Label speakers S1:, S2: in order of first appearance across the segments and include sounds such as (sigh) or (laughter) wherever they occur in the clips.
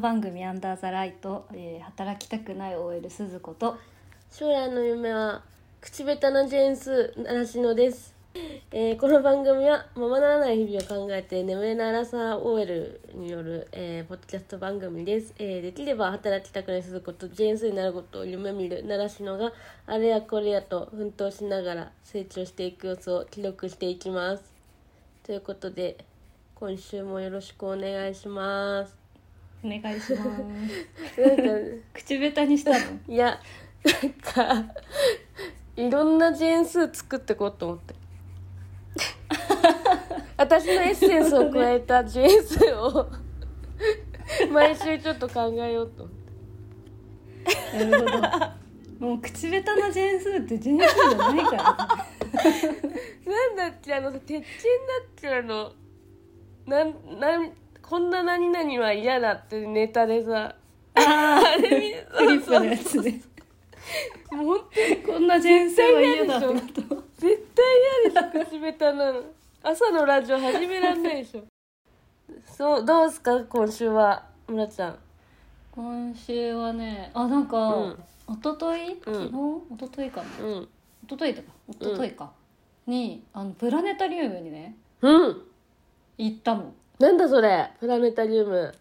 S1: 番組「アンダーザライト」えー働きたくない OL 鈴子と
S2: 将来の夢は口下手なジェーンス習志野です、 (laughs) えーこの番組はままならない日々を考えて眠れないアラサー OL による、えーポッドキャスト番組です、えーできれば働きたくない鈴子とジェーンスになることを夢見る習志野があれやこれやと奮闘しながら成長していく様子を記録していきますということで今週もよろしくお願いします (laughs)
S1: お願いします
S2: なんか
S1: 口下手にしたの
S2: いやなんかいろんなジェーンスー作ってこうと思って私のエッセンスを加えたジェーンスーを毎週ちょっと考えようと思って
S1: なるほどもう口下手なジェーンスーってジェーンスーじゃないからね
S2: なんだっけあのさ鉄チンだっけあのなんなんこんな何々は嫌だってネタでさ
S1: あ
S2: あれ見
S1: あフリップのやつね
S2: もうほんと
S1: こんなジェーンスーは嫌だってこと
S2: 絶対嫌でしょ口下手なの朝のラジオ始めらんないでしょそうどうすか今週は村ちゃん
S1: 今週はねあなんか、
S2: うん
S1: 一昨日昨日、
S2: う
S1: 一昨日かな
S2: うん
S1: 一昨日だか一昨日か、にあのプラネタリウムにね
S2: うん
S1: 行ったもん、
S2: なんだそれプラネタリウ (laughs) ム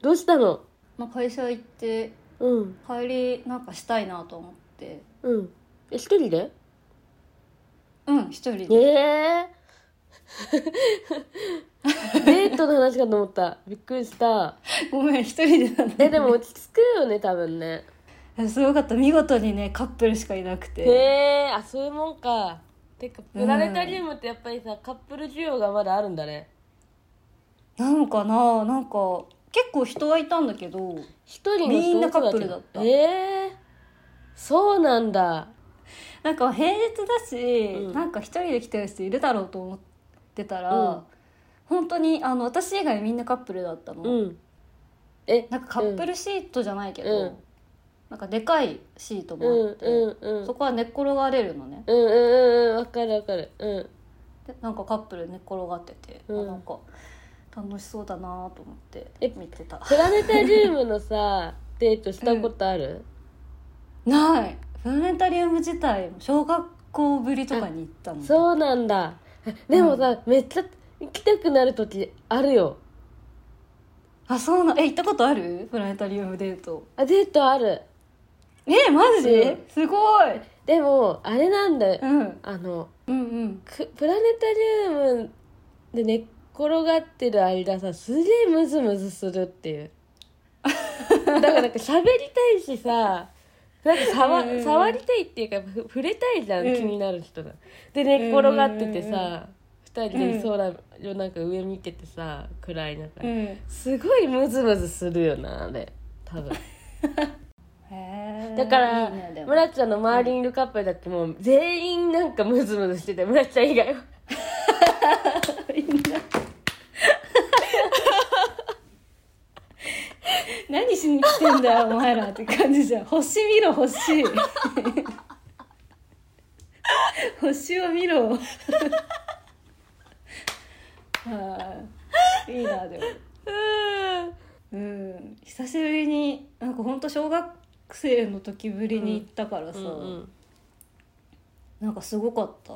S2: どうしたの
S1: まあ、会社行って
S2: うん
S1: 帰りなんかしたいなと思って
S2: うんえ一人で
S1: うん一人
S2: え
S1: で
S2: (laughs) えデートの話かと思ったびっくりした
S1: ごめん一人でなんだ
S2: えでも落ち着くよね多分ね
S1: すごかった見事にねカップルしかいなく
S2: へ
S1: て
S2: えあそういうもんかてかプラネタリウムってやっぱりさカップル需要がまだあるんだね
S1: なんかななんか結構人はいたんだけど
S2: 一人の
S1: みんなカップルだった
S2: ええそうなんだ
S1: なんか平日だし、
S2: うん
S1: なんか一人で来てる人いるだろうと思ってたら、
S2: うん
S1: 本当にあの私以外みんなカップルだったの、
S2: うんえ
S1: なんかカップルシートじゃないけど、
S2: うん
S1: なんかでかいシート
S2: うん
S1: もあって、
S2: うんうん
S1: そこは寝っ転がれるのね
S2: うんうんうんわかるわかるうん
S1: でなんかカップル寝っ転がってて、あ
S2: うん
S1: なんか楽しそうだなと思って
S2: え
S1: 見てた
S2: プラネタリウムの
S1: (laughs)
S2: さデートしたことある、
S1: ないプラネタリウム自体小学校ぶりとかに行ったの
S2: そうなんだでもさ、めっちゃ行きたくなる時あるよ
S1: あそうなえ行ったことあるプラネタリウムデート
S2: あデートある
S1: えマジ、
S2: うん
S1: すごい、
S2: でもあれなんだよ、
S1: うん、
S2: あの
S1: うんうん
S2: くプラネタリウムで寝っ転がってる間さすげえムズムズするっていうだからなんか喋りたいしさなんか触
S1: うんうんうん
S2: 触りたいっていうかふ触れたいじゃん、
S1: うん
S2: 気になる人がで寝っ転がってて
S1: うんうん
S2: さ、二人で空夜中上見ててさ暗い中、
S1: うん
S2: すごいムズムズするよなあれ
S1: (laughs)
S2: 多分
S1: へー
S2: だから
S1: いいねでも
S2: 村ちゃんの周りにいるカップルだってもう全員なんかムズムズしてて村ちゃん以外は。
S1: 何しに来てんだよお前らって感じじゃん星見ろ星 (laughs) 星を見ろはいいいなでもうん久しぶりになんかほんと小学生の時ぶりに行ったからさ、
S2: うん
S1: なんかすごかった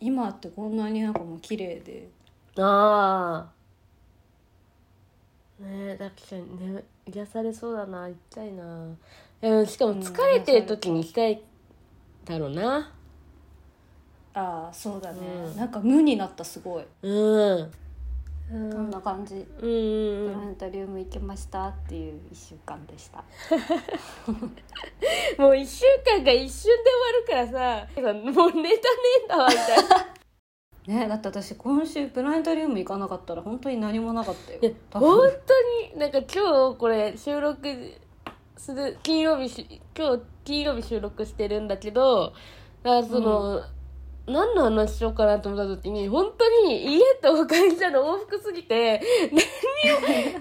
S1: 今ってこんなになんかもう綺麗で
S2: うん、ああねえ確かにね癒されそうだな行きたいなでもしかも疲れてる時に行きたいだろうな
S1: ああそうだね、
S2: うん
S1: なんか無になったすごい、
S2: うんうん
S1: そんな感じ
S2: うんうん
S1: プ
S2: う
S1: ラ
S2: ん
S1: ネタリウム行けましたっていう1週間でした
S2: もう1週間が一瞬で終わるからさもうネタねえんだわみたいな
S1: ねだって私今週プラネタリウム行かなかったら本当に何もなかったよ
S2: いや
S1: 多
S2: 本
S1: 分
S2: 当になんか今日これ収録する金曜日し今日金曜日収録してるんだけどだからその、何の話しようかなと思った時に本当に家と会社の往復すぎて何を何にも色づ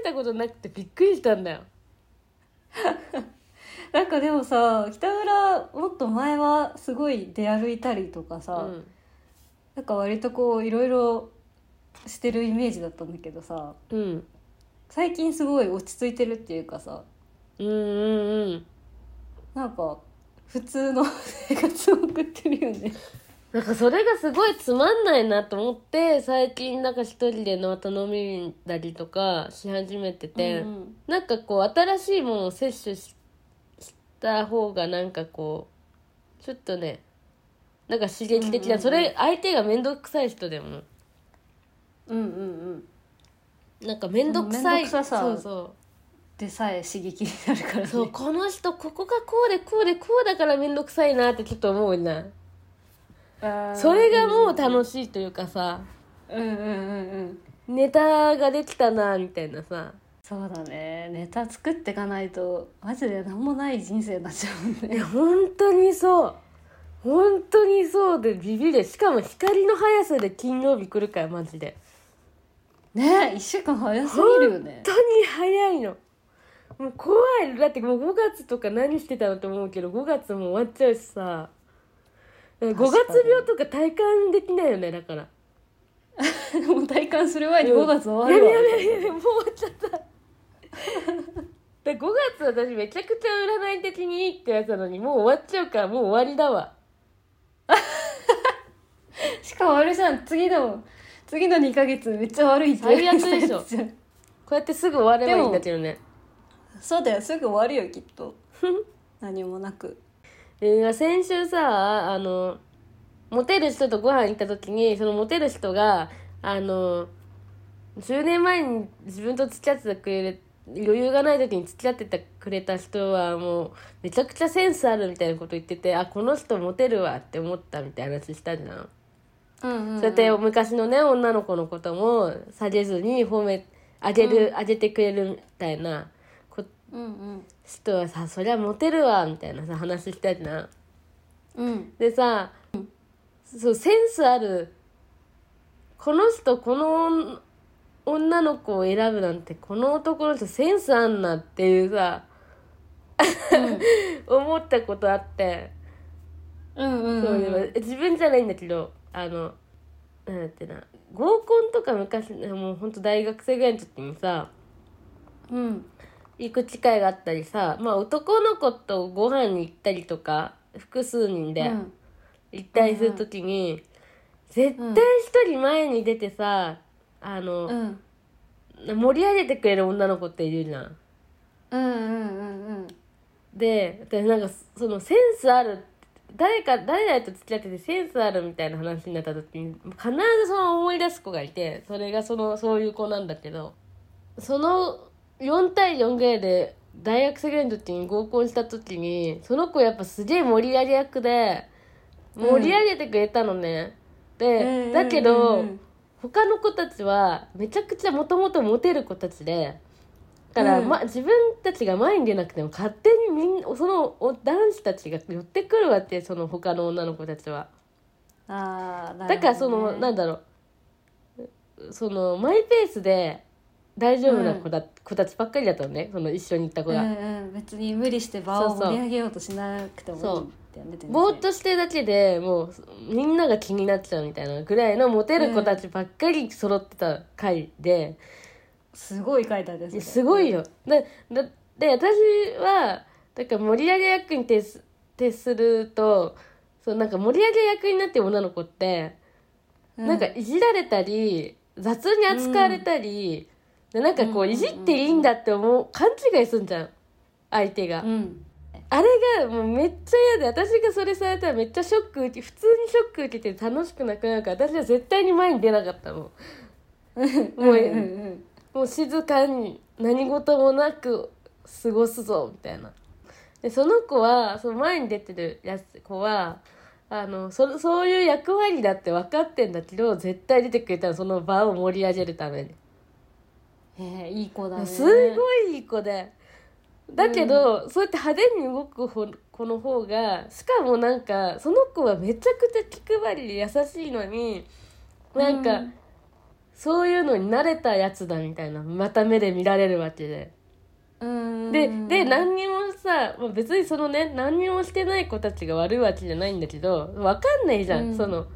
S2: いたことなくてびっくりしたんだよ。
S1: (laughs) なんかでもさ北村もっと前はすごい出歩いたりとか
S2: う
S1: さ、
S2: ん、
S1: なんか割とこういろいろしてるイメージだったんだけどさ
S2: うん
S1: 最近すごい落ち着いてるっていうかさ
S2: うんうんうん
S1: なんか普通の (laughs) 生活を送ってるよね
S2: なんかそれがすごいつまんないなと思って最近なんか一人でまた飲みに行ったりとかし始めてて、
S1: うん
S2: なんかこう新しいものを摂取しした方がなんかこうちょっとねなんか刺激的
S1: うん
S2: な、
S1: うんうん
S2: それ相手が面倒くさい人でも
S1: うんうんうん
S2: なんか面倒くさい
S1: その面倒くささ
S2: そうそう
S1: でさえ刺激になるからね
S2: そうこの人ここがこうでこうでこうだから面倒くさいなってちょっと思うな
S1: (laughs) あー
S2: それがもう楽しいというかさ
S1: うんうんうんうん
S2: ネタができたなみたいなさ
S1: そうだねネタ作っていかないとマジで何もない人生になっちゃうもん
S2: い
S1: ね
S2: や本当にそう本当にそうでビビるしかも光の速さで金曜日来るからマジで
S1: ね一週間早すぎるよね
S2: 本当に早いのもう怖いだってもう5月とか何してたのと思うけど5月も終わっちゃうしさ5
S1: かに
S2: 月病とか体感できないよねだから
S1: もう体感する前に
S2: うん
S1: 5月終わるわ、
S2: やべやべやべもう終わっちゃったで5月私めちゃくちゃ占い的にいいってやつなのにもう終わっちゃうからもう終わりだわ
S1: しかもあれじゃん次の次の2ヶ月めっちゃ悪いって
S2: 最悪でしょ
S1: やつじゃん
S2: こうやってすぐ終わればいいんだけどね
S1: そうだよすぐ終わるよきっと (laughs) 何もなく
S2: で先週さあのモテる人とご飯行った時にそのモテる人があの10年前に自分と付き合ってたくれる余裕がない時に付き合ってたくれた人はもうめちゃくちゃセンスあるみたいなこと言っててあこの人モテるわって思ったみたいな話したじゃん。
S1: うんうん、
S2: そうやって昔のね女の子のことも下げずに褒めあげる、あげてくれるみたいなこ
S1: うんうん
S2: 人はさそりゃモテるわみたいなさ話したじゃん。
S1: うん
S2: でさ、そうセンスあるこの人この女の子を選ぶなんてこの男の人センスあんなっていうさ、 (laughs) 思ったことあって、
S1: うんうん
S2: そういえば自分じゃないんだけどあのなんだってな合コンとか昔もうほんと大学生ぐらいの時にさ
S1: うん
S2: 行く機会があったりさまあ男の子とご飯に行ったりとか複数人で。
S1: うん
S2: 一体するときに、絶対一人前に出てさ、あ
S1: う
S2: の、
S1: ん
S2: 盛り上げてくれる女の子っているじゃん。
S1: うんうんうん
S2: で私なんかそのセンスある誰か誰々と付き合っててセンスあるみたいな話になった時に必ずその思い出す子がいてそれがそのそういう子なんだけどその4対4ぐらいで大学生ぐらいの時に合コンした時にその子やっぱすげえ盛り上げ役で盛り上げてくれたのね。
S1: うん
S2: でだけ
S1: う
S2: ど、
S1: んうん
S2: 他の子たちはめちゃくちゃもともとモテる子たちでだから、
S1: うん
S2: ま、自分たちが前に出なくても勝手にみんそのお男子たちが寄ってくるわってその他の女の子たちは。
S1: あーなるほどね
S2: だからその、なんだろうそのマイペースで大丈夫な子だ、子たちばっかりだったのねその一緒に行った子が。
S1: うんうん、別に無理して場を
S2: そうそう
S1: 盛り上げようとしなくてもいいってやめて
S2: ぼーっとしてるだけでもうみんなが気になっちゃうみたいなぐらいのモテる子たちばっかり揃ってた回で。
S1: すごい書いたです
S2: いやすごいよだだで私はだから盛り上げ役に徹す徹するとそうなんか盛り上げ役になってる女の子って、
S1: うん
S2: なんかいじられたり雑に扱われたり、でなんか
S1: う
S2: こ
S1: んうんう
S2: うんいじっていいんだって思う、勘違いすんじゃん相手が、
S1: うん
S2: あれがもうめっちゃ嫌で私がそれされたらめっちゃショック受け普通にショック受けて楽しくなくなるから私は絶対に前に出なかったの。もう
S1: うんうん
S2: もう静かに何事もなく過ごすぞみたいなでその子はその前に出てるやつ子はあのそそういう役割だって分かってんだけど絶対出てくれたのその場を盛り上げるために、
S1: うんへえいい子だね
S2: すごいいい子でだけど、そうやって派手に動くほ子の方がしかもなんかその子はめちゃくちゃ気配りで優しいのになんか、
S1: うん
S2: そういうのに慣れたやつだみたいなまた目で見られるわけで。
S1: うん
S2: でで何にもさまあ別にそのね何にもしてない子たちが悪いわけじゃないんだけど分かんないじゃん、
S1: うん
S2: その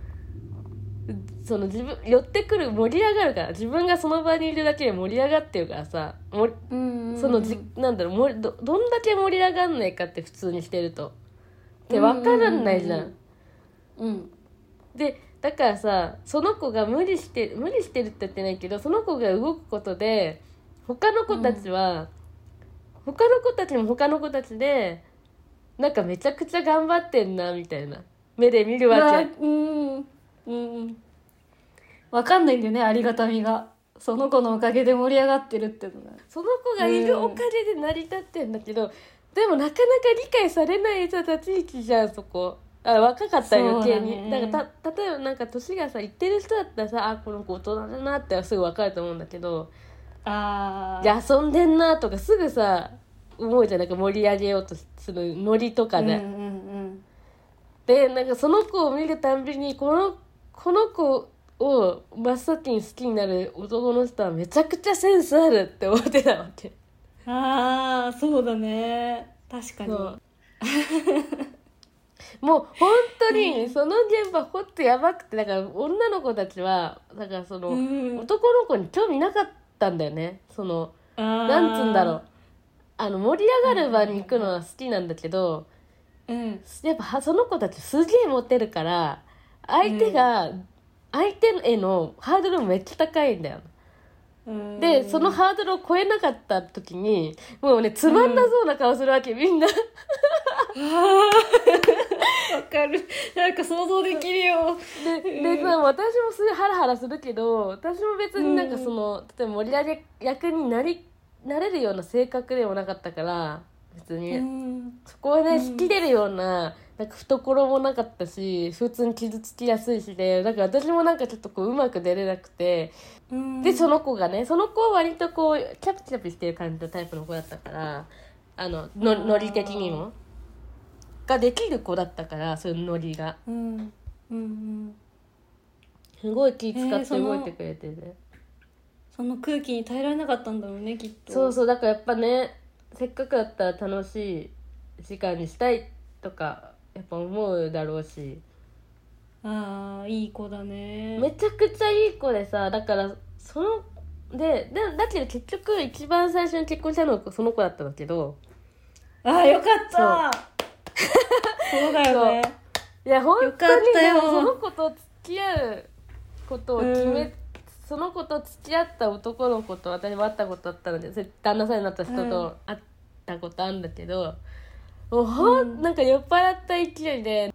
S2: その自分寄ってくる盛り上がるから自分がその場にいるだけで盛り上がってるからさもり
S1: うん
S2: そのじ、なんだろうもりどどんだけ盛り上がんないかって普通にしてるとって分からんないじゃん。
S1: うんうんうん
S2: でだからさその子が無理して無理してるって言ってないけどその子が動くことで他の子たちは、他の子たちも他の子たちでなんかめちゃくちゃ頑張ってんなみたいな目で見るわ
S1: わ
S2: け。
S1: うんうんうんわかんないんだよねありがたみがその子のおかげで盛り上がってるってのが
S2: その子がいるおかげで成り立ってんだけど、でもなかなか理解されないさ立ち位置じゃんそこあ若かったら余計
S1: そう
S2: に
S1: だ
S2: だ,、
S1: ね
S2: からた例えばなんか年がさいってる人だったらさあこの子大人だなってすぐ分かると思うんだけど
S1: あ
S2: で遊んでんなとかすぐさ思うじゃんなんか盛り上げようとするノリとか
S1: うんう
S2: で、
S1: ん
S2: でなんかその子を見るたんびにこのこの子を真っ先に好きになる男の人はめちゃくちゃセンスあるって思ってたわけ。
S1: (laughs) うんああそうだね確かに
S2: そうもう本当にその現場ほんとやばくてだから女の子たちはだからその、
S1: うん
S2: 男の子に興味なかったんだよねそのな
S1: なん
S2: つうんだろうあの盛り上がる場に行くのは好きなんだけど、
S1: ううん
S2: やっぱはその子たちすげえモテるから相手が、相手へのハードルめっちゃ高いんだよ。
S1: うん
S2: でそのハードルを超えなかった時にもうねつまんなそうな顔するわけ、みん
S1: (laughs)
S2: な
S1: わかるなんか想像できるよ
S2: ででさ私もすごいハラハラするけど私も別になんかその、例えば盛り上げ役になりなれるような性格でもなかったから別に、
S1: うん
S2: そこはね
S1: うん
S2: 引き出るようななんか懐もなかったし普通に傷つきやすいしでだから私もなんかちょっとこううまく出れなくて
S1: うん
S2: でその子がねその子は割とこうキャピキャピしてる感じのタイプの子だったからあののノリ的にもができる子だったからそういうノリが
S1: うんうんうん
S2: すごい気使
S1: え
S2: っ
S1: ー
S2: て
S1: その
S2: 動いてくれてて、
S1: その空気に耐えられなかったんだろうねきっと
S2: そうそうだからやっぱねせっかくだったら楽しい時間にしたいとかやっぱ思うだろうし。
S1: ああいい子だね
S2: めちゃくちゃいい子でさだからそのででだけど結局一番最初に結婚したのはその子だったんだけど
S1: ああよかったそうだよね
S2: いや本
S1: よかっ
S2: 当に
S1: た
S2: で
S1: よ
S2: もその子と付き合うことを決め、
S1: うん
S2: その子と付き合った男の子と私も会ったことあったのでせ旦那さんになった人
S1: うん
S2: と会ったことあるんだけど、もうほん、なんか酔っ払った勢いで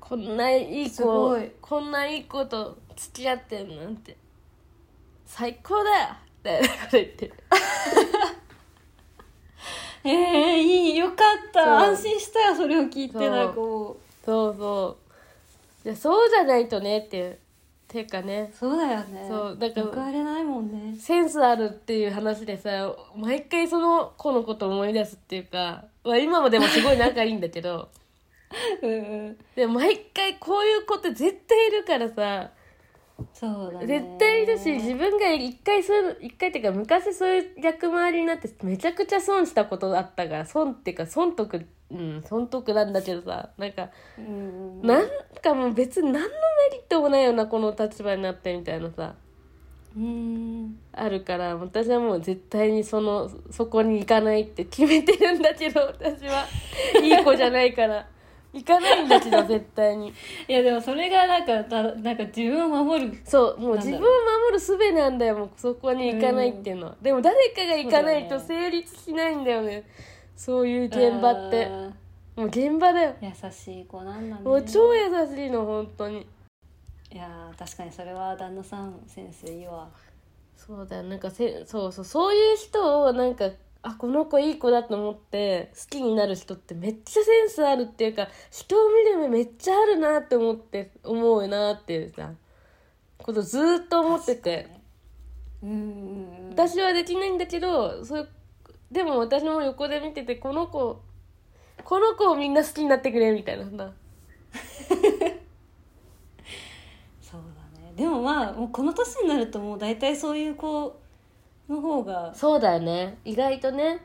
S2: こんないい
S1: す
S2: 子
S1: ごい
S2: こんないい子と付き合ってるなんて最高だよってこと言って
S1: ええいいよかった
S2: そう
S1: 安心したよそれを聞いて
S2: そう
S1: なんかもう
S2: そうそういやそうじゃないとねっていうていうかね
S1: そうだよね
S2: そうだから
S1: 報われないもんね
S2: (laughs) センスあるっていう話でさ毎回その子のことを思い出すっていうか、まあ、今もでもすごい仲いいんだけど (laughs)
S1: うんうん
S2: でも毎回こういう子って絶対いるからさ
S1: そうだね
S2: 絶対いるし自分が一回そういうの一回っていうか昔そういう逆回りになってめちゃくちゃ損したことあったから損っていうか損得うん損得なんだけどさなんか
S1: うんうん
S2: なんかもう別に何のメリットもないようなこの立場になってみたいなさ
S1: うん
S2: あるから私はもう絶対にそのそこに行かないって決めてるんだけど私はいい子じゃないから行かないんだけど絶対に
S1: いやでもそれがなんかだなんか自分を守る
S2: そうも
S1: なん
S2: う自
S1: だろう
S2: 分を守る術なんだよもうそこに行かないっていうのはでも誰かが行かないと
S1: そうだ
S2: 成立しないんだよねそういう現場って
S1: あ
S2: もう現場だよ
S1: ー優しい子なんだね
S2: もう超優しいの本当に
S1: いやー確かにそれは旦那さん先生いいわ
S2: そうだよなんかせそうそうそういう人をなんかあこの子いい子だと思って好きになる人ってめっちゃセンスあるっていうか人を見る目めっちゃあるなって思って思うなっていうさことずーっと思ってて、
S1: うんうんうん
S2: 私はできないんだけどそういうでも私も横で見ててこの子この子をみんな好きになってくれみたいなさ
S1: そうだねでもまあもうこの年になるともう大体そういう子の方が
S2: そうだよね意外とね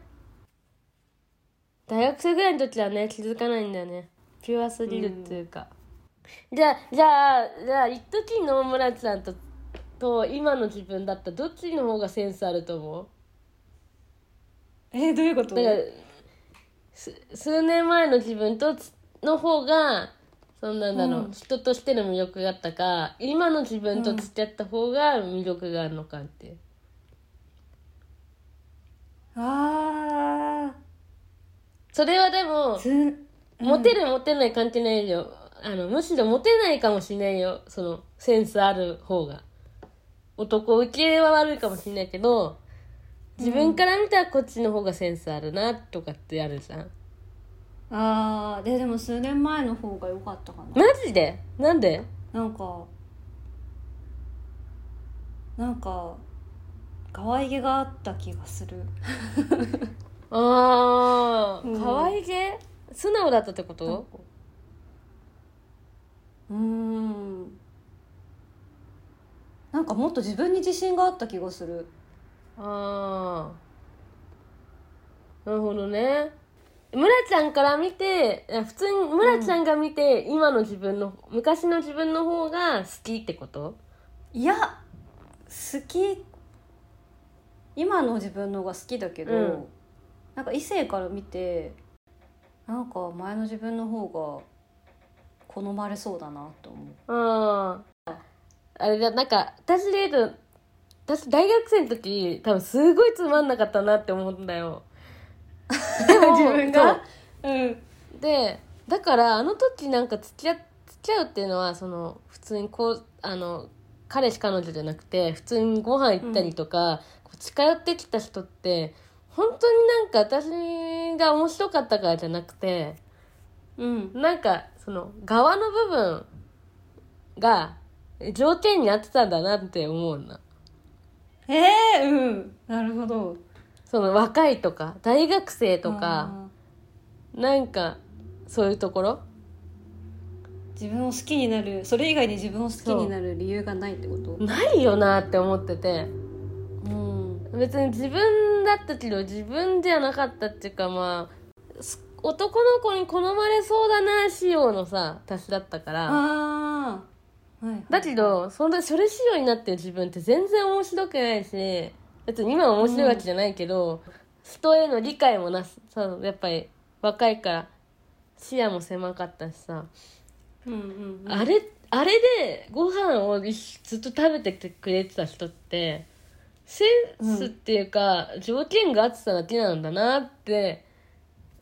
S2: 大学生ぐらいの時はね気づかないんだよねピュアすぎるっていうか、じゃあじゃあじゃあ一時のオムライスさんとと今の自分だったらどっちの方がセンスあると思う
S1: えーどういうこと
S2: だからす数年前の自分とつの方がそんなんだろう、
S1: うん
S2: 人としての魅力があったか今の自分と付き合った方が魅力があるのかって、
S1: あ
S2: それはでも
S1: あつうん
S2: モテるモテない関係ないよあのむしろモテないかもしれないよそのセンスある方が男受けは悪いかもしれないけど自分から見たらこっちの方がセンスあるなとかってあるじゃん
S1: ああででも数年前の方が良かったかな
S2: マジでなんで
S1: なんかなんか可愛げがあった気がする
S2: ああ、
S1: うん
S2: 可愛げ素直だったってこ
S1: なん
S2: と
S1: かうーんなんかもっと自分に自信があった気がする
S2: ああなるほどね村ちゃんから見てあ普通に村ちゃんが見て、今の自分の昔の自分の方が好きってこと
S1: いや好き今の自分の方が好きだけど、
S2: うん
S1: なんか異性から見てなんか前の自分の方が好まれそうだなと思う
S2: あああれだなんか私で言うと私大学生の時多分すごいつまんなかったなって思うんだ
S1: (laughs)
S2: よでも
S1: (laughs) 自分
S2: そう
S1: が (laughs) うん
S2: でだからあの時なんか付き合付き合うっていうのはその普通にこうあの彼氏彼女じゃなくて普通にご飯行ったりとか、こう近寄ってきた人って本当になんか私が面白かったからじゃなくて
S1: うん
S2: なんかその側の部分が条件に合ってたんだなって思うな
S1: えー、うんなるほど
S2: その若いとか大学生とかなんかそういうところ
S1: うん自分を好きになるそれ以外に自分を好きになる理由がないってこと
S2: ないよなって思ってて。
S1: うん
S2: 別に自分だったけど自分じゃなかったっていうかまあす男の子に好まれそうだな仕様のさ私だったから
S1: ああはい
S2: だけどそんなそれ仕様になってる自分って全然面白くないし別に今は面白いわけじゃないけど、人への理解もなさやっぱり若いから視野も狭かったしさ、
S1: うんうんうん
S2: あれあれでご飯を一ずっと食べててくれてた人ってセンスっていうか、条件が合ってただけなんだなって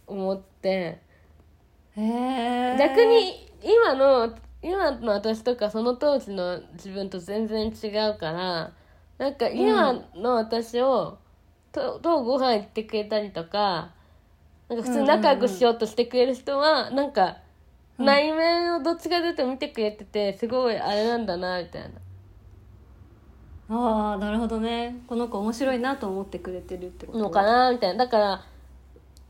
S2: 思って、
S1: へえ
S2: 逆に今の今の私とかその当時の自分と全然違うからなんか今の私を、とどうご飯行ってくれたりとかなんか普通に仲良くしようとしてくれる人は、なんか
S1: うん
S2: 内面をどっちかというと見てくれててすごいあれなんだなみたいな。
S1: ああなるほどねこの子面白いなと思ってくれてるってこと
S2: のかなみたいなだから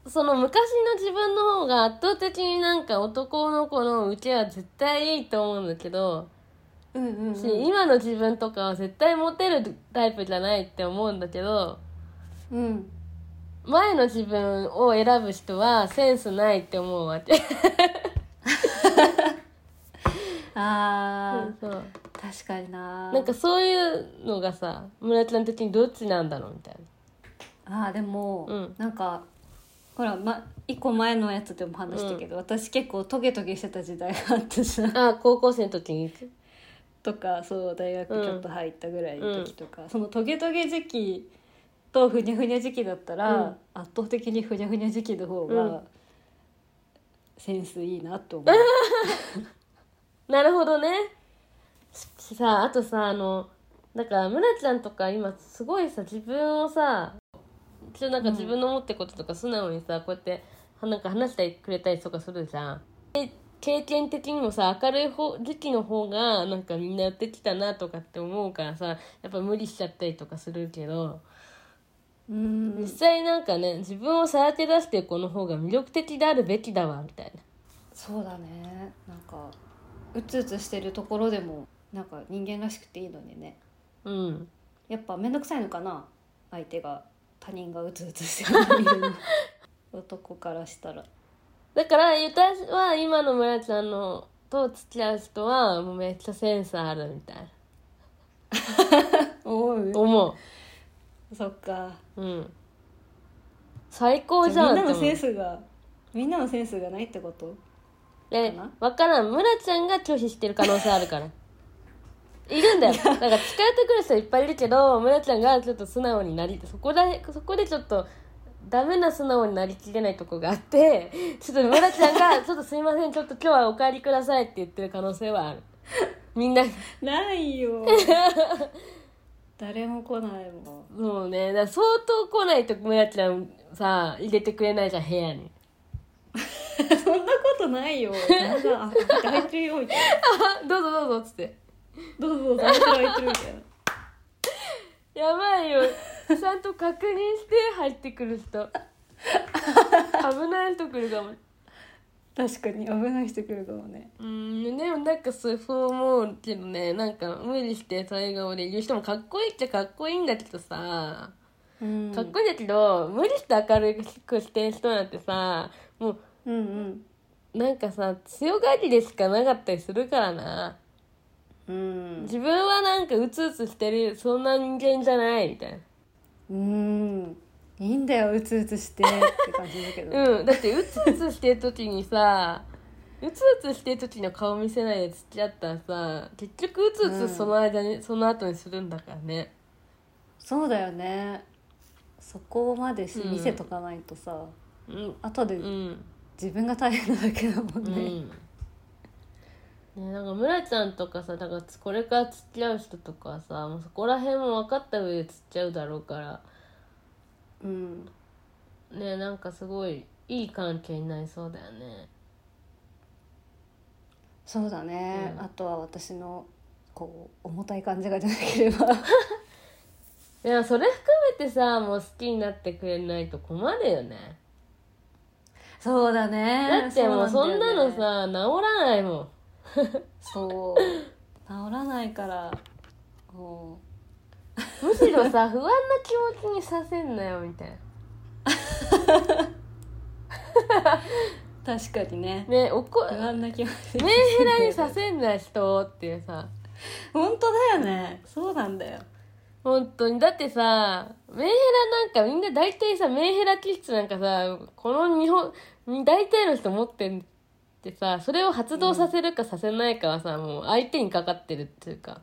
S2: その昔の自分の方が圧倒的になんか男の子の受けは絶対いいと思うんだけど、
S1: うんうん、
S2: し
S1: うん
S2: 今の自分とかは絶対モテるタイプじゃないって思うんだけど
S1: うん、
S2: 前の自分を選ぶ人はセンスないって思うわけ
S1: あー、
S2: そう
S1: 確かにな
S2: (laughs) なんかそういうのがさ村ちゃん的にどっちなんだろうみたいな。
S1: あーでも、
S2: うん
S1: なんかほら、ま、一個前のやつでも話したけど、私結構トゲトゲしてた時代があってさ
S2: あ高校生の時に
S1: とかそう大学ちょっと入ったぐらいの時とか、そのトゲトゲ時期とふにゃふにゃ時期だったら、
S2: うん
S1: 圧倒的にふにゃふにゃ時期の方が、
S2: うん
S1: センスいいなと思う。
S2: (laughs) なるほどね。しさあとさあのだから村ちゃんとか今すごいさ自分をさちょなんか自分の思ってることとか素直にさ、こうやってはなんか話してくれたりとかするじゃん。で経験的にもさ明るい方時期の方がなんかみんなやってきたなとかって思うからさやっぱ無理しちゃったりとかするけど、
S1: うん
S2: 実際なんかね自分をさらけ出してる子の方が魅力的であるべきだわみたいな。
S1: そうだねなんかうつうつしてるところでもなんか人間らしくていいのにね
S2: うん
S1: やっぱ面倒くさいのかな相手が他人がうつうつしてるの見る
S2: (laughs)
S1: の男からしたら
S2: だからゆたは今の村ちゃんのと付き合う人はもうめっちゃセンスあるみたいな
S1: おい
S2: 思
S1: そっか
S2: ううん最高じ
S1: じゃ
S2: ゃ
S1: あ
S2: ん
S1: みんな
S2: って
S1: の
S2: 思う
S1: センスがみんなのセンスがないってこと
S2: え
S1: かな
S2: 分からん村ちゃんが拒否してる可能性あるからいるんだよなんか近寄ってくる人いっぱいいるけど村ちゃんがちょっと素直になりそこだそこでちょっとダメな素直になりきれないとこがあってちょっと村ちゃんが「ちょっとすいませんちょっと今日はお帰りください」って言ってる可能性はあるみんな
S1: ないよ (laughs) 誰も来ないも
S2: もうねだから相当来ないと村ちゃんさ入れてくれないじゃん部屋に
S1: んそんなことないよだんだんあ開いてるよみたいな
S2: あ (laughs) どうぞどうぞっつって
S1: どうぞどうぞ開いてるみたいな
S2: やばいよちゃんと確認して入ってくる人危ない人来るかも
S1: 確かに危ない人来るかもね
S2: うんでもなんかそうそう思うけどねなんか無理してそれが俺言う人もかっこいいっちゃかっこいいんだけどさ
S1: うん
S2: かっこいいんだけど、無理して明るくしてる人なんてさも
S1: うんうん
S2: うなんかさ強がりでしかなかったりするからな
S1: うん
S2: 自分はなんかうつうつしてるそんな人間じゃないみたいな
S1: うんいいんだようつうつしてって感じだけど、
S2: うん、だってうつうつしてる時にさうつうつしてる時の顔見せないで付き合ったらさ結局うつうつその間に、その後にするんだからね
S1: そうだよねそこまでし
S2: うん
S1: 見せとかないとさ、
S2: うん
S1: 後で
S2: うん
S1: 自分が大変なだけだもん
S2: う
S1: ね、
S2: んね、なんか村ちゃんとかさだからこれから付き合う人とかはさもうそこら辺も分かった上で付き合うだろうから
S1: うん、
S2: ねなんかすごいいい関係になりそうだよね
S1: そうだね、
S2: うん
S1: あとは私のこう重たい感じがじゃなければ
S2: でもそれ含めてさもう好きになってくれないと困るよね
S1: そうだね
S2: だってもうそんなの
S1: うだよね
S2: さ、治らないもん
S1: そう治らないからも
S2: むしろさ不安な気持ちにさせんなよみたいな
S1: う確かにね
S2: ねおこ
S1: 不安な気持ち
S2: メンヘラにさせんな人っていうさ
S1: (laughs) 本当だよねそうなんだよ
S2: 本当にだってさメンヘラなんかみんな大体さメンヘラ気質なんかさこの日本大体の人持ってんってさそれを発動させるかさせないかはさ、もう相手にかかってるっていうか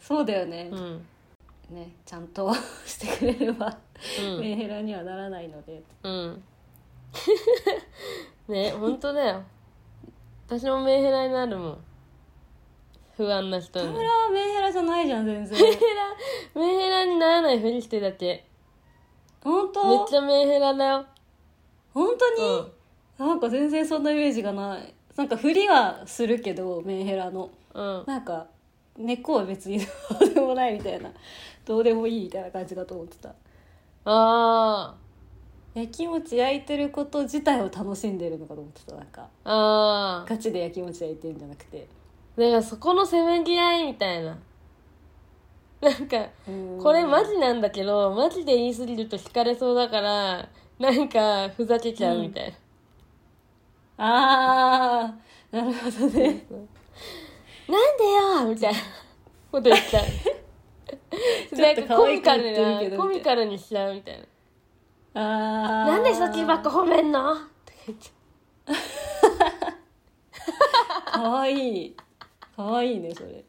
S1: そうだよね
S2: う、ん
S1: ねちゃんとしてくれれば、
S2: うん
S1: メンヘラにはならないので
S2: うん (laughs) ね本当だよ私もメンヘラになるもん不安な人
S1: 田
S2: に
S1: 村はメンヘラじゃないじゃん全然
S2: (laughs) メンヘラにならないふりしてるだけ
S1: 本当
S2: めっちゃメンヘラだよ
S1: 本当
S2: う
S1: に、
S2: ん
S1: なんか全然そんなイメージがないなんか振りはするけどメンヘラの
S2: うん
S1: なんか根っこは別にどうでもないみたいなどうでもいいみたいな感じだと思ってた
S2: あ
S1: 焼きもち焼いてること自体を楽しんでるのかと思ってたなんか
S2: ーあー
S1: ガチで焼きもち焼いてるんじゃなくて
S2: なんかそこのせめぎ合いみたいななんか
S1: うん
S2: これマジなんだけどマジで言い過ぎると惹かれそうだからなんかふざけちゃうみたいな、
S1: あーなるほどね
S2: なんでよみたいなこと言っちゃう
S1: (laughs) ちょっと可愛く言ってるけど
S2: なん
S1: みたいな
S2: かコミカルなコミカルにしちゃうみたいな
S1: あー
S2: なんでそっちばっか褒めんのとか言っちゃう
S1: かわいいかわいいねそれ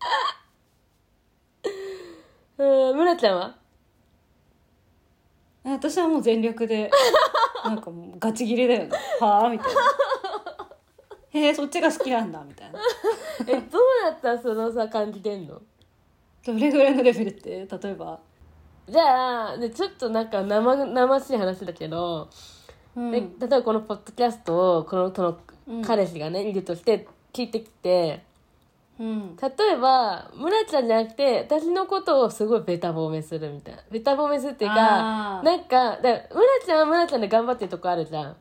S2: うん、むらちゃ
S1: (laughs)
S2: んは
S1: 私はもう全力
S2: (laughs)
S1: でなんかもうガチ切れだよねはあみたいなへえそっちが好きなんだみたいな
S2: え、どうやったらそのさ、感じてんの
S1: どれぐらいのレベルって例えば、
S2: じゃあ、でちょっとなんか生、生しい話だけど、
S1: うん
S2: で例えばこのポッドキャストを、この、そ
S1: うん
S2: の、彼氏がね、いるとして聞いてきて、
S1: うん、
S2: 例えば、むらちゃんじゃなくて、私のことをすごいベタ褒めするみたいな。ベタ褒めするっていう
S1: あ
S2: か、
S1: ー
S2: なんか、だからむらちゃんはむらちゃんで頑張ってるとこあるじゃん。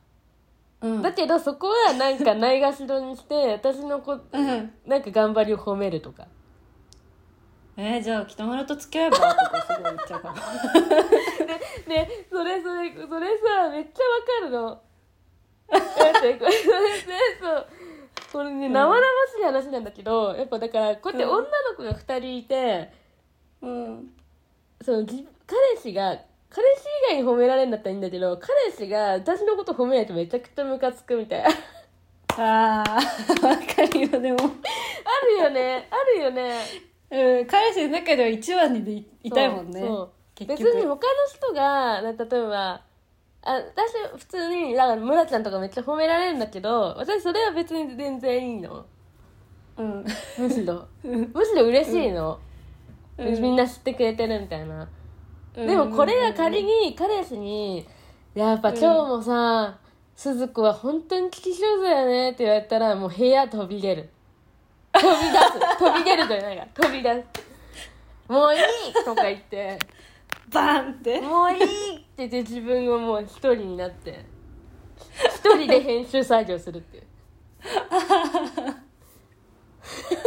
S1: うん
S2: だけど、そこはなんかないがしろにして、私のこ、
S1: うん
S2: なんか頑張りを褒めるとか。
S1: えーじゃあ北村と付き合えばとかすごい言っちゃうかも
S2: ねそれそれそれさめっちゃわかるの。だってこれそれねそうこれね
S1: うん
S2: 生々しい話なんだけど、やっぱだからこうやって
S1: うん
S2: 女の子が2人いて、
S1: うん
S2: そのじ彼氏が彼氏以外に褒められるんだったらいいんだけど彼氏が私のこと褒めないとめちゃくちゃムカつくみたいな (laughs) あ
S1: あーわかるよでも、
S2: るよねあるよね
S1: うん、彼氏の中では一番にいいたいもんね
S2: そうそう
S1: 結
S2: 別
S1: 局
S2: に他の人がな例えばあ私普通にだから村ちゃんとかめっちゃ褒められるんだけど私それは別に全然いいの
S1: うん
S2: む
S1: (laughs)
S2: しろむしろ嬉しいの、
S1: うん
S2: みんな知ってくれてるみたいな、でもこれが仮に彼氏に「やっぱ今日もさ、鈴子は本当に聞き上手だよね」って言われたらもう部屋飛び出る飛び出
S1: (laughs)
S2: す飛び出るというなんか飛び出す「もういい!」とか言って
S1: バーンって
S2: 「もういい!」って言って自分をもう一人になって一人で編集作業するっていう。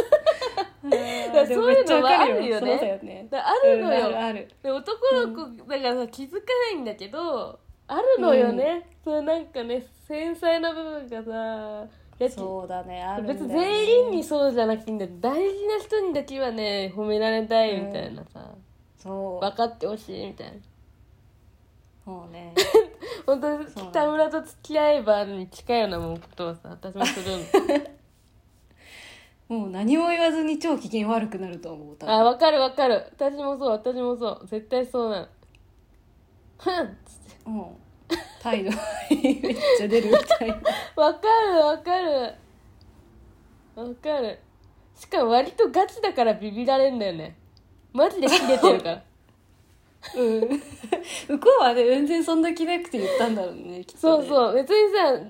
S2: だから
S1: でも
S2: そういうのはあ
S1: め
S2: る
S1: っちゃ
S2: よ
S1: わかそうだ
S2: ね。
S1: よね
S2: だからあるのよ。
S1: うんあるある
S2: で男の子だからさ気づかないんだけど、あるのよね、そうなんかね繊細な部分がさやき
S1: そうだねあるんだよ
S2: 別
S1: ね
S2: に全員にそうじゃなくていいんだよ大事な人にだけはね褒められたいみたいなさ、
S1: そう
S2: 分かってほしいみたいな
S1: もうね
S2: 本当に
S1: そうなんだ
S2: 北村と付き合えばに近いようなもんことをさ私もするの
S1: もう何も言わずに超機嫌悪くなると思う多分
S2: (laughs) あ分かる分かる私もそう私もそう絶対そうなのふんっ (laughs) つって
S1: うん態度 (laughs) めっちゃ出るみたい
S2: (laughs)
S1: な
S2: わかるわかるわかるしかも割とガチだからビビられんだよねマジで切れてるから
S1: うん向こうはね全然そんな気なくて言ったんだろうねきっと
S2: そ
S1: ね
S2: うそう別にさ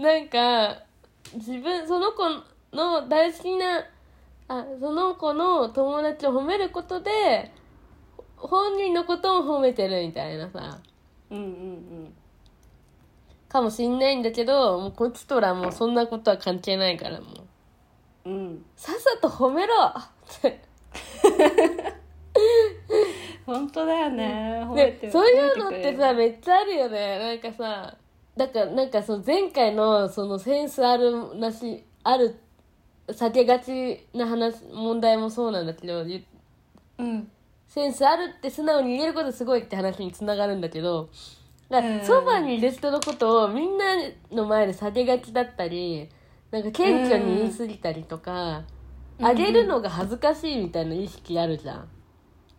S2: なんか自分その子の大好きなあその子の友達を褒めることで本人のことも褒めてるみたいなさ
S1: うんうん
S2: かもしんないんだけどもうこっちとらもうそんなことは関係ないからも
S1: う
S2: う
S1: んうん
S2: さっさと褒めろって
S1: 本当だよね、褒め
S2: で
S1: て
S2: そういうのってさ
S1: 褒めくれる
S2: めっちゃあるよねなんかさだからなんかその前回のそのセンスあるなしある避けがちな話問題もそうなんだけどゆ
S1: うん
S2: センスあるって素直に言えることすごいって話につながるんだけどだから
S1: うん
S2: そばにいる人のことをみんなの前で下げがちだったりなんか謙虚に言い過ぎたりとか、
S1: うん
S2: あげるのが恥ずかしいみたいな意識あるじゃん。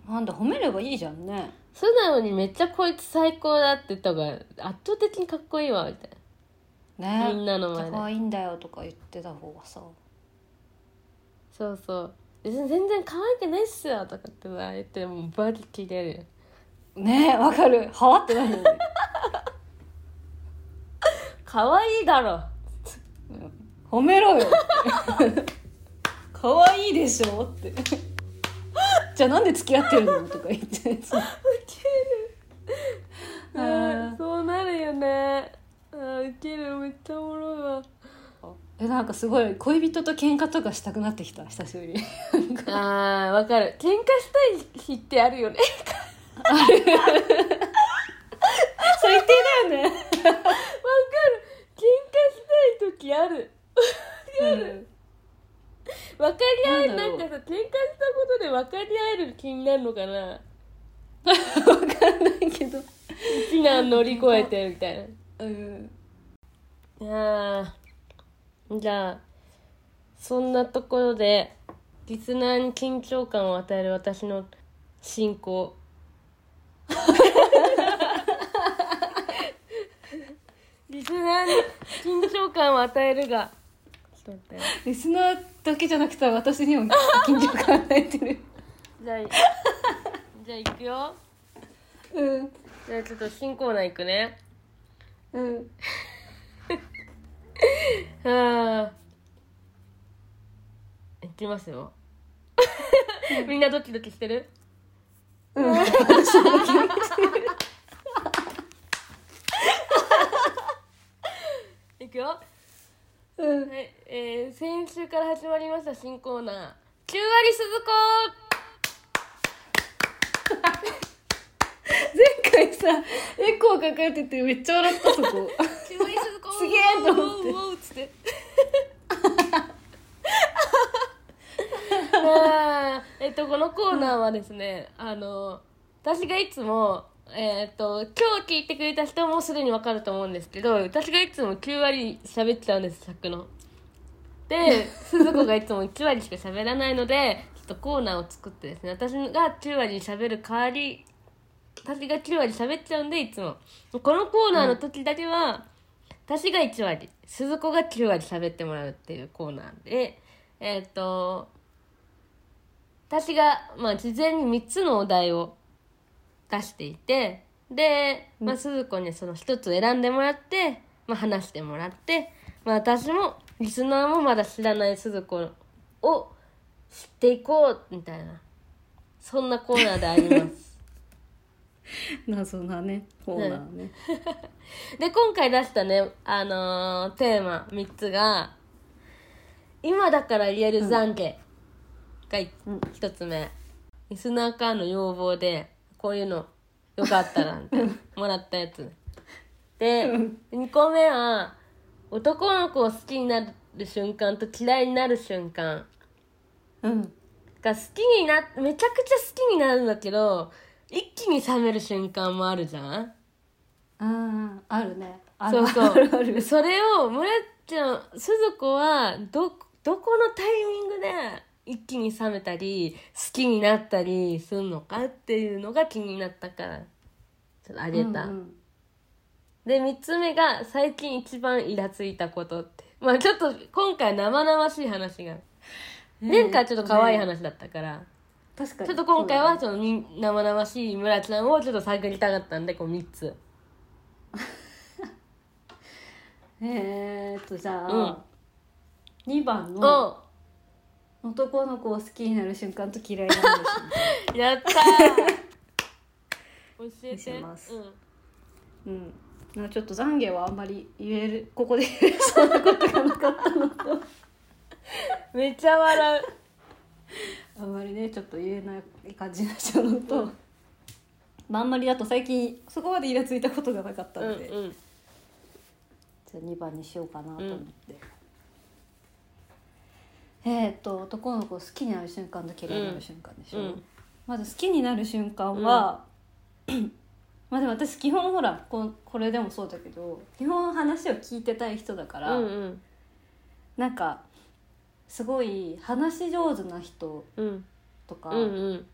S1: なんだ褒めればいいじゃんね
S2: 素直にめっちゃこいつ最高だって言った方が圧倒的にかっこいいわみたい
S1: ね
S2: みんなの前で
S1: 可愛いんだよとか言ってた方がさ
S2: なそうそう別に全然可愛くないっすよとかって言われてもうバリ切れるよ
S1: ねわかるはわってなるよね、
S2: 可愛いだろ
S1: うん褒めろよ (laughs) 可愛いでしょって (laughs) じゃあなんで付き合ってるのとか言 (laughs) ってそうあー
S2: うんそうなるよねあーウケるめっちゃおもろいわ
S1: えなんかすごい恋人と喧嘩とかしたくなってきた久しぶり
S2: あーわかる喧嘩したい日ってある (laughs) よね
S1: (laughs) 最低だよね
S2: わかる喧嘩したい時ある分かり合える
S1: な
S2: なんん
S1: だ
S2: か
S1: ろ
S2: さ喧嘩したことで分かり合える気になるのかな
S1: 分かんないけど
S2: 避難乗り越えてみたいな
S1: うん
S2: いやーじゃあそんなところでリスナーに緊張感を与える私の進行 (laughs) リスナーに緊張感を与えるがちょっと待って
S1: リスナーだけじゃなくて私にも緊張感与えてる
S2: じゃあいじゃあいくよ
S1: うん
S2: じゃあちょっと新コーナーいくね
S1: うん
S2: はあ。いきますよ。みんなドキドキしてる。いくよ。は
S1: うん
S2: い、えー、先週から始まりました新コーナー。九割鈴
S1: 前回さエコーかかっててめっちゃ笑ったそこ (laughs)
S2: 子。九割鈴子。
S1: すげえと思って
S2: おうおうおうっつって。とこのコーナーはですね、あの私がいつもえーっと今日聞いてくれた人もすでにわかると思うんですけど私がいつも9割喋っちゃうんです作の。で鈴子がいつも1割しか喋らないのでちょっとコーナーを作ってですね私が9割喋る代わり私が9割喋っちゃうんでいつもこのコーナーの時だけは、私が1割鈴子が9割喋ってもらうっていうコーナーでえーっと私が、まあ、事前に3つのお題を出していてで、まあ、鈴子にその1つ選んでもらって、まあ、話してもらって、まあ、私もリスナーもまだ知らない鈴子を知っていこうみたいなそんなコーナーであります。
S1: 謎なねコーナーね、
S2: (laughs) で今回出したねあのーテーマ3つが「今だから言える懺悔」がい
S1: うん
S2: 1つ目リスナーからの要望でこういうのよかったらみたいなもらったや
S1: (laughs)
S2: つで2個目は男の子を好きになる瞬間と嫌いになる瞬間
S1: うん
S2: が好きになめちゃくちゃ好きになるんだけど一気に冷める瞬間もあるじゃん
S1: あああるねあ
S2: そ
S1: る
S2: うそう
S1: あるある
S2: (laughs) それを村ちゃん鈴子はどどこのタイミングで一気に冷めたり好きになったりするのかっていうのが気になったからちょっとあげた、
S1: うんうん
S2: で3つ目が最近一番イラついたことってまあちょっと今回生々しい話が前回ちょっと可愛い話だったから、
S1: 確かに
S2: ちょっと今回は
S1: そう
S2: そのに生々しい村ちゃんをちょっと探りたかったんでこう3つ
S1: だねえー、っとじゃ
S2: うん
S1: あ、二2番
S2: を、
S1: の男の子を好きになる瞬間と嫌いになる瞬間
S2: やったー教え
S1: 見せ
S2: て
S1: ます
S2: うん
S1: うん、なんかちょっと懺悔はあんまり言えるここで言えそうなことがなか
S2: (laughs)
S1: ったのと
S2: めっちゃ笑
S1: あんまりねちょっと言えない感じになっちゃうのと、まあ、あんまりだと最近そこまでイラついたことがなかった
S2: う。
S1: ので、
S2: うんうん。
S1: じゃあ2番にしようかなと思って、えーっと男の子を好きになる瞬間と嫌いになる瞬間でしょ、
S2: うん
S1: まず好きになる瞬間は、 (clears throat) まあでも私基本ほらここれでもそうだけど基本話を聞いてたい人だから、
S2: うん
S1: なんかすごい話し上手な人
S2: うん。
S1: とか、
S2: うんうん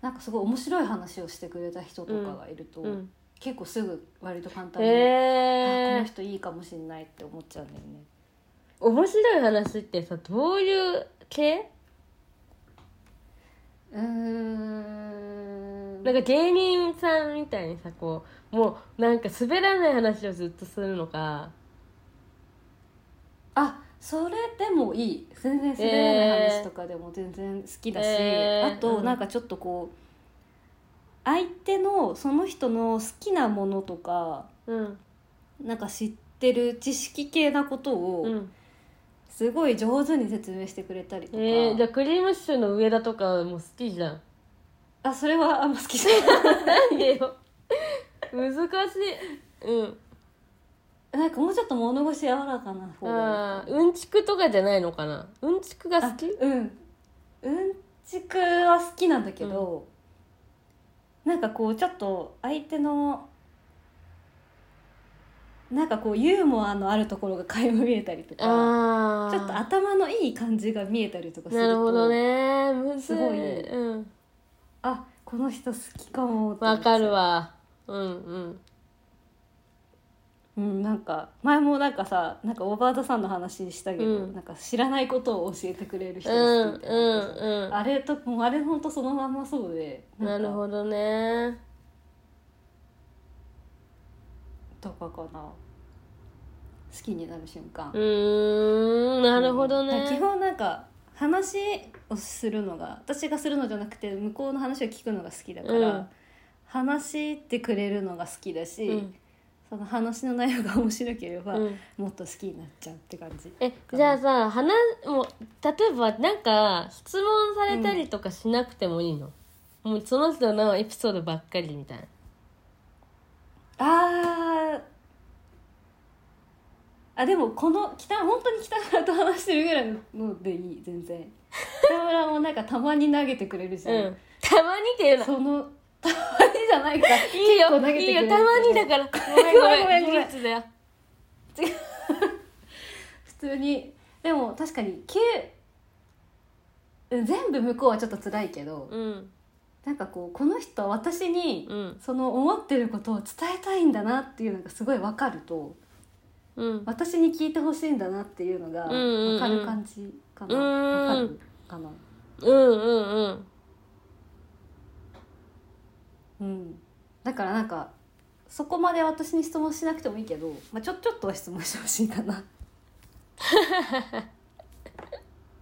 S1: なんかすごい面白い話をしてくれた人とかがいると、
S2: うん。
S1: 結構すぐ割と簡単に、あこ
S2: へ
S1: の
S2: え。
S1: 人いいかもしれないって思っちゃうんだよね。
S2: 面白い話ってさどういう系？
S1: うーん
S2: なんか芸人さんみたいにさこうもうなんか滑らない話をずっとするのか。
S1: あそれでもいい全然滑らない話とかでも全然好きだし、
S2: えー
S1: あと
S2: うん
S1: なんかちょっとこう、相手のその人の好きなものとか
S2: うん
S1: なんか知ってる知識系なこと
S2: う
S1: を
S2: ん。
S1: すごい上手に説明してくれたりとか、
S2: えー、じゃあクリームシチューの上田とかも好きじゃん。
S1: あそれはあんま好きじゃな
S2: なんでよ。難しい。うん。
S1: い (laughs) なんかもうちょっと物腰柔らかな方
S2: あ
S1: が
S2: あ、うんちくとかじゃないのかな。うんちくが好き？
S1: うんうんちくは好きなんだけど、なんかこうちょっと相手のなんかこうユーモアのあるところが垣間見えたりとか
S2: ああ。
S1: ちょっと頭のいい感じが見えたりとかすると
S2: なるほどねむずい
S1: すごい
S2: うん
S1: あこの人好きかもって思っち
S2: わ
S1: ゃう
S2: かる、わうんうん
S1: うん、なんか前もなんかさなんかオーバーザさんの話したけど、
S2: うん
S1: なんか知らないことを教えてくれる人
S2: う
S1: が
S2: ん
S1: 好きみたいな、
S2: うん
S1: あれともうあれほんとそのまんまそうで
S2: うん
S1: な
S2: なん
S1: か
S2: るほどね
S1: とかかな好きになる瞬間
S2: うーんなるほど
S1: うん
S2: ね
S1: 基本なんか話をするのが私がするのじゃなくて向こうの話を聞くのが好きだから、
S2: うん
S1: 話してくれるのが好きだし、
S2: うん
S1: その話の内容が面白ければ、
S2: うん
S1: もっと好きになっちゃうって感じ
S2: えじゃあさ話もう例えばなんか質問されたりとかしなくてもいいの、もうその人のエピソードばっかりみたいな
S1: あーあでもこの北本当に北村と話してるぐらいのでいい全然北村もなんかたまに投げてくれるじゃん、
S2: うんたまにって言うな
S1: そのたまにじゃないか
S2: いい
S1: 結構投げ
S2: よ
S1: てくれる
S2: いいよたまにだからごめんごめん
S1: ごめんごめん
S2: 事実だよ
S1: 普通にでも確かに9全部向こうはちょっと辛いけど、
S2: うん
S1: なんかこうこの人は私に
S2: うん
S1: その思ってることを伝えたいんだなっていうのがすごい分かると
S2: うん
S1: 私に聞いてほしいんだなっていうのが
S2: うんうんう
S1: 分
S2: ん
S1: かる感じかな
S2: う
S1: 分
S2: ん
S1: かるかな
S2: うんうんうん
S1: うんだからなんかそこまで私に質問しなくてもいいけど、まあ、ちょちょっとは質問してほしいかな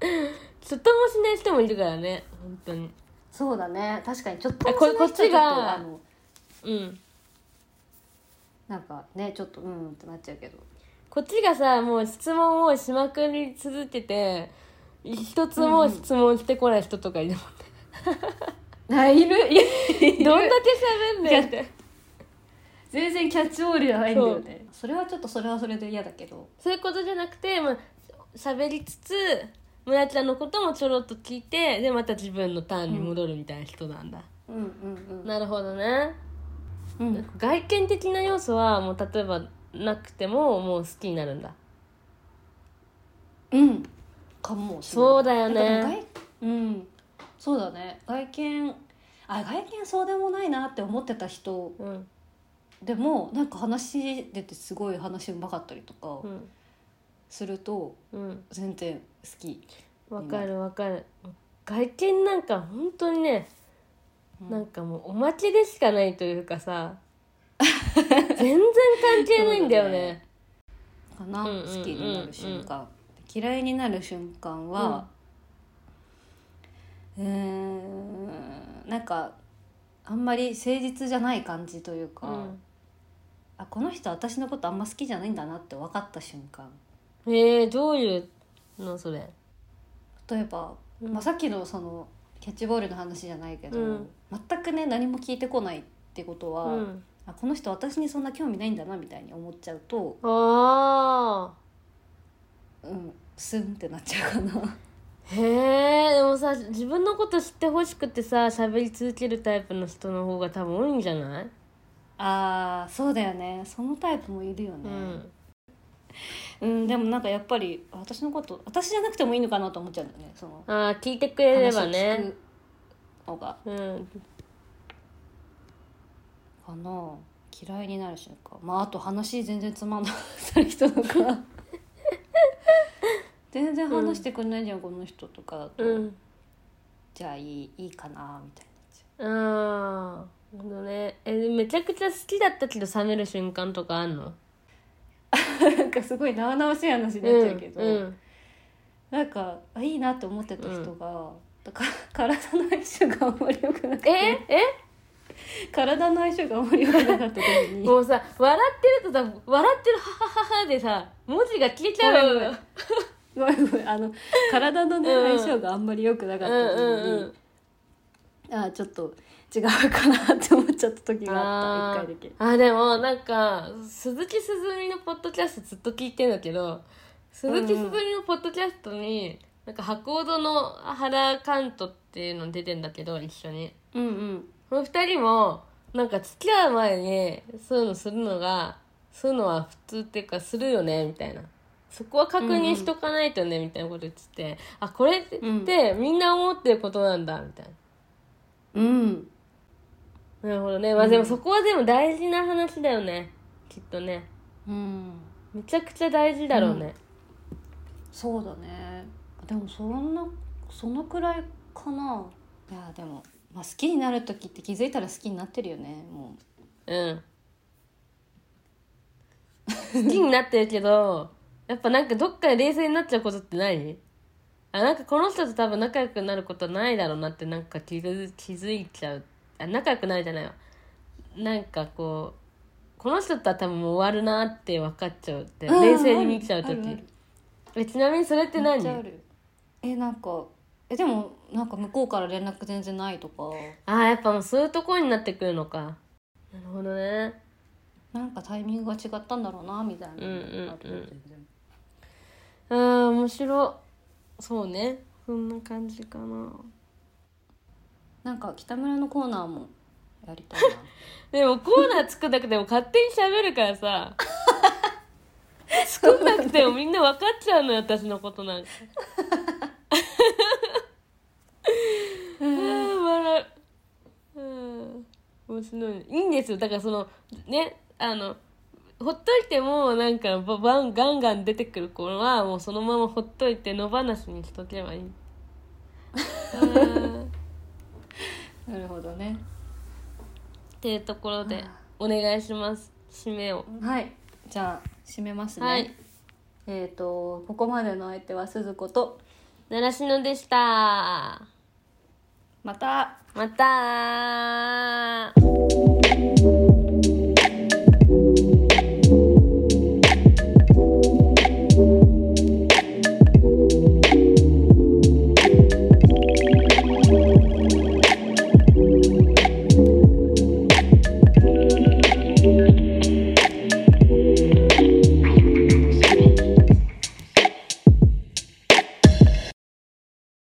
S2: ちょっともしない人もいるからね本当に
S1: そうだね確かにちょっと
S2: あこれ
S1: もしない人は
S2: こっちが
S1: ちょっとあの
S2: うん
S1: なんかねちょっとうんってなっちゃうけど
S2: こっちがさもう質問をしまくり続けて一つも質問してこない人とかいるもんね、
S1: あいる (laughs) いる
S2: どんだけ喋んねんって
S1: 全然キャッチボールじゃないんだよねそれはちょっとそれはそれで嫌だけど
S2: そういうことじゃなくてまあ喋りつつ村ちゃんのこともちょろっと聞いてでまた自分のターンに戻るみたいな人なんだ、
S1: うんうん
S2: なるほどね
S1: うんうん
S2: 外見的な要素はもう例えばなくてももう好きになるんだ
S1: うんかもしれない
S2: そうだよ
S1: なんかでも
S2: ね
S1: 外うんそうだね外見あ外見そうでもないなって思ってた人
S2: うん
S1: でもなんか話出てすごい話うまかったりと
S2: う
S1: か
S2: ん
S1: すると
S2: うん
S1: 全然好き、
S2: わかるわかる外見なんか本当にね、
S1: うん
S2: なんかもうおまけでしかないという
S1: (laughs)
S2: かさ全然関係ないんだよね
S1: かな、
S2: うんうんうんうん
S1: 好きになる瞬間嫌いになる瞬間はうーんなんかあんまり誠実じゃない感じというか、あこの人私のことあんま好きじゃないんだなって分かった瞬間
S2: うん、えー、どういうのそれ
S1: 例えば、
S2: うん
S1: まあ、さっきのそのキャッチボールの話じゃないけど、
S2: うん
S1: 全くね何も聞いてこないってこと
S2: う
S1: は、
S2: ん、
S1: あこの人私にそんな興味ないんだなみたいに思っちゃうと、
S2: あ
S1: うん、スンってなっちゃうかな。 (laughs)
S2: ーへえでもさ自分のこと知ってほしくてさ喋り続けるタイプの人の方が多分多いんじゃない、
S1: あーそうだよねそのタイプもいるよ
S2: う
S1: ね、
S2: ん、
S1: うんでもなんかやっぱり私のこと私じゃなくてもいいのかなと思っちゃうんだよねその
S2: ああ聞いてくれれば
S1: 話を
S2: ね
S1: 聞くのが
S2: うん
S1: かな嫌いになる瞬間まああと話全然つまんなかった人
S2: (laughs)
S1: とか全然話してくれないじゃん、この人とかだと、
S2: うん
S1: じゃあいいいいかなみたいになっち
S2: ああ、なるほどね。え、めちゃくちゃ好きだったけど冷める瞬間とかあんの？
S1: ゃうなんかすごい生々しい話になっちゃうけど、
S2: うんうん
S1: なんかあいいなって思ってた人が、だから体の相性があんまり良くなくて
S2: え、え、
S1: 体の相性があんまり良くなかった時に
S2: もうさ、笑ってるとさ、笑ってるははははでさ、文字が消えちゃうよ。
S1: ごめんごめんあの体の、ね
S2: うん
S1: 相性があんまり良くな
S2: う
S1: か
S2: ん
S1: った時に、
S2: うん
S1: あーちょっと違うかなって思っちゃった時
S2: うん。
S1: があった一
S2: あー
S1: 回だけ
S2: あ、でもなんか鈴木すずみのポッドキャストずっと聞いてんだけど、鈴木すずみのポッドキャストに、なんか箱戸の原監督っていうの出てんだけど一緒に。
S1: うんうん
S2: この二人もなんか付き合う前にそういうのするのがそういうのは普通っていうかするよねみたいなそこは確認しとかないとね、みたいなこと言っててあこれって
S1: うん
S2: みんな思ってることなんだみたいな。
S1: うん
S2: なるほどね。まあでも
S1: うん
S2: そこはでも大事な話だよね。きっとね。
S1: うん
S2: めちゃくちゃ大事だろうね。
S1: そうだねでもそんなそのくらいかないやでも、まあ、好きになる時って気づいたら好きになってるよねも
S2: うん。好きになってるけど、やっぱなんかどっかで冷静になっちゃうことってないあ、なんかこの人と多分仲良くなることないだろうなってなんか気づ気づいちゃう。あ、仲良くなるじゃないわ。なんかこう、この人とは多分もう終わるなって分かっちゃうって、
S1: う
S2: 冷静に見ちゃ
S1: あ
S2: う
S1: るあ
S2: 時
S1: る
S2: え、ちなみにそれって
S1: めっ
S2: 何
S1: ちゃあるえなんかえでもなんか向こうから連絡全然ないとか
S2: あー、やっぱもうそういうところになってくるのか。なるほどね。
S1: なんかタイミングが違ったんだろうなみたいな
S2: うんうんうん
S1: あるよ全然
S2: あー面白そうねそんな感じかな
S1: なんか北村のコーナーもやりたいな
S2: でもコーナー作んなくても勝手に喋るから (laughs) さ作んなくてもみんな分かっちゃうのよ私のことなんかあー笑ううん面白いいいんですよだからそのねあのほっといてもなんかババンガンガン出てくる子はもうそのままほっといて野放しにしとけばいいあー
S1: (laughs) なるほどね
S2: っていうところでお願いします締めを、
S1: はいじゃあ締めますね、
S2: はい
S1: えっ、とここまでの相手は鈴子と
S2: 習志野でした
S1: また
S2: またー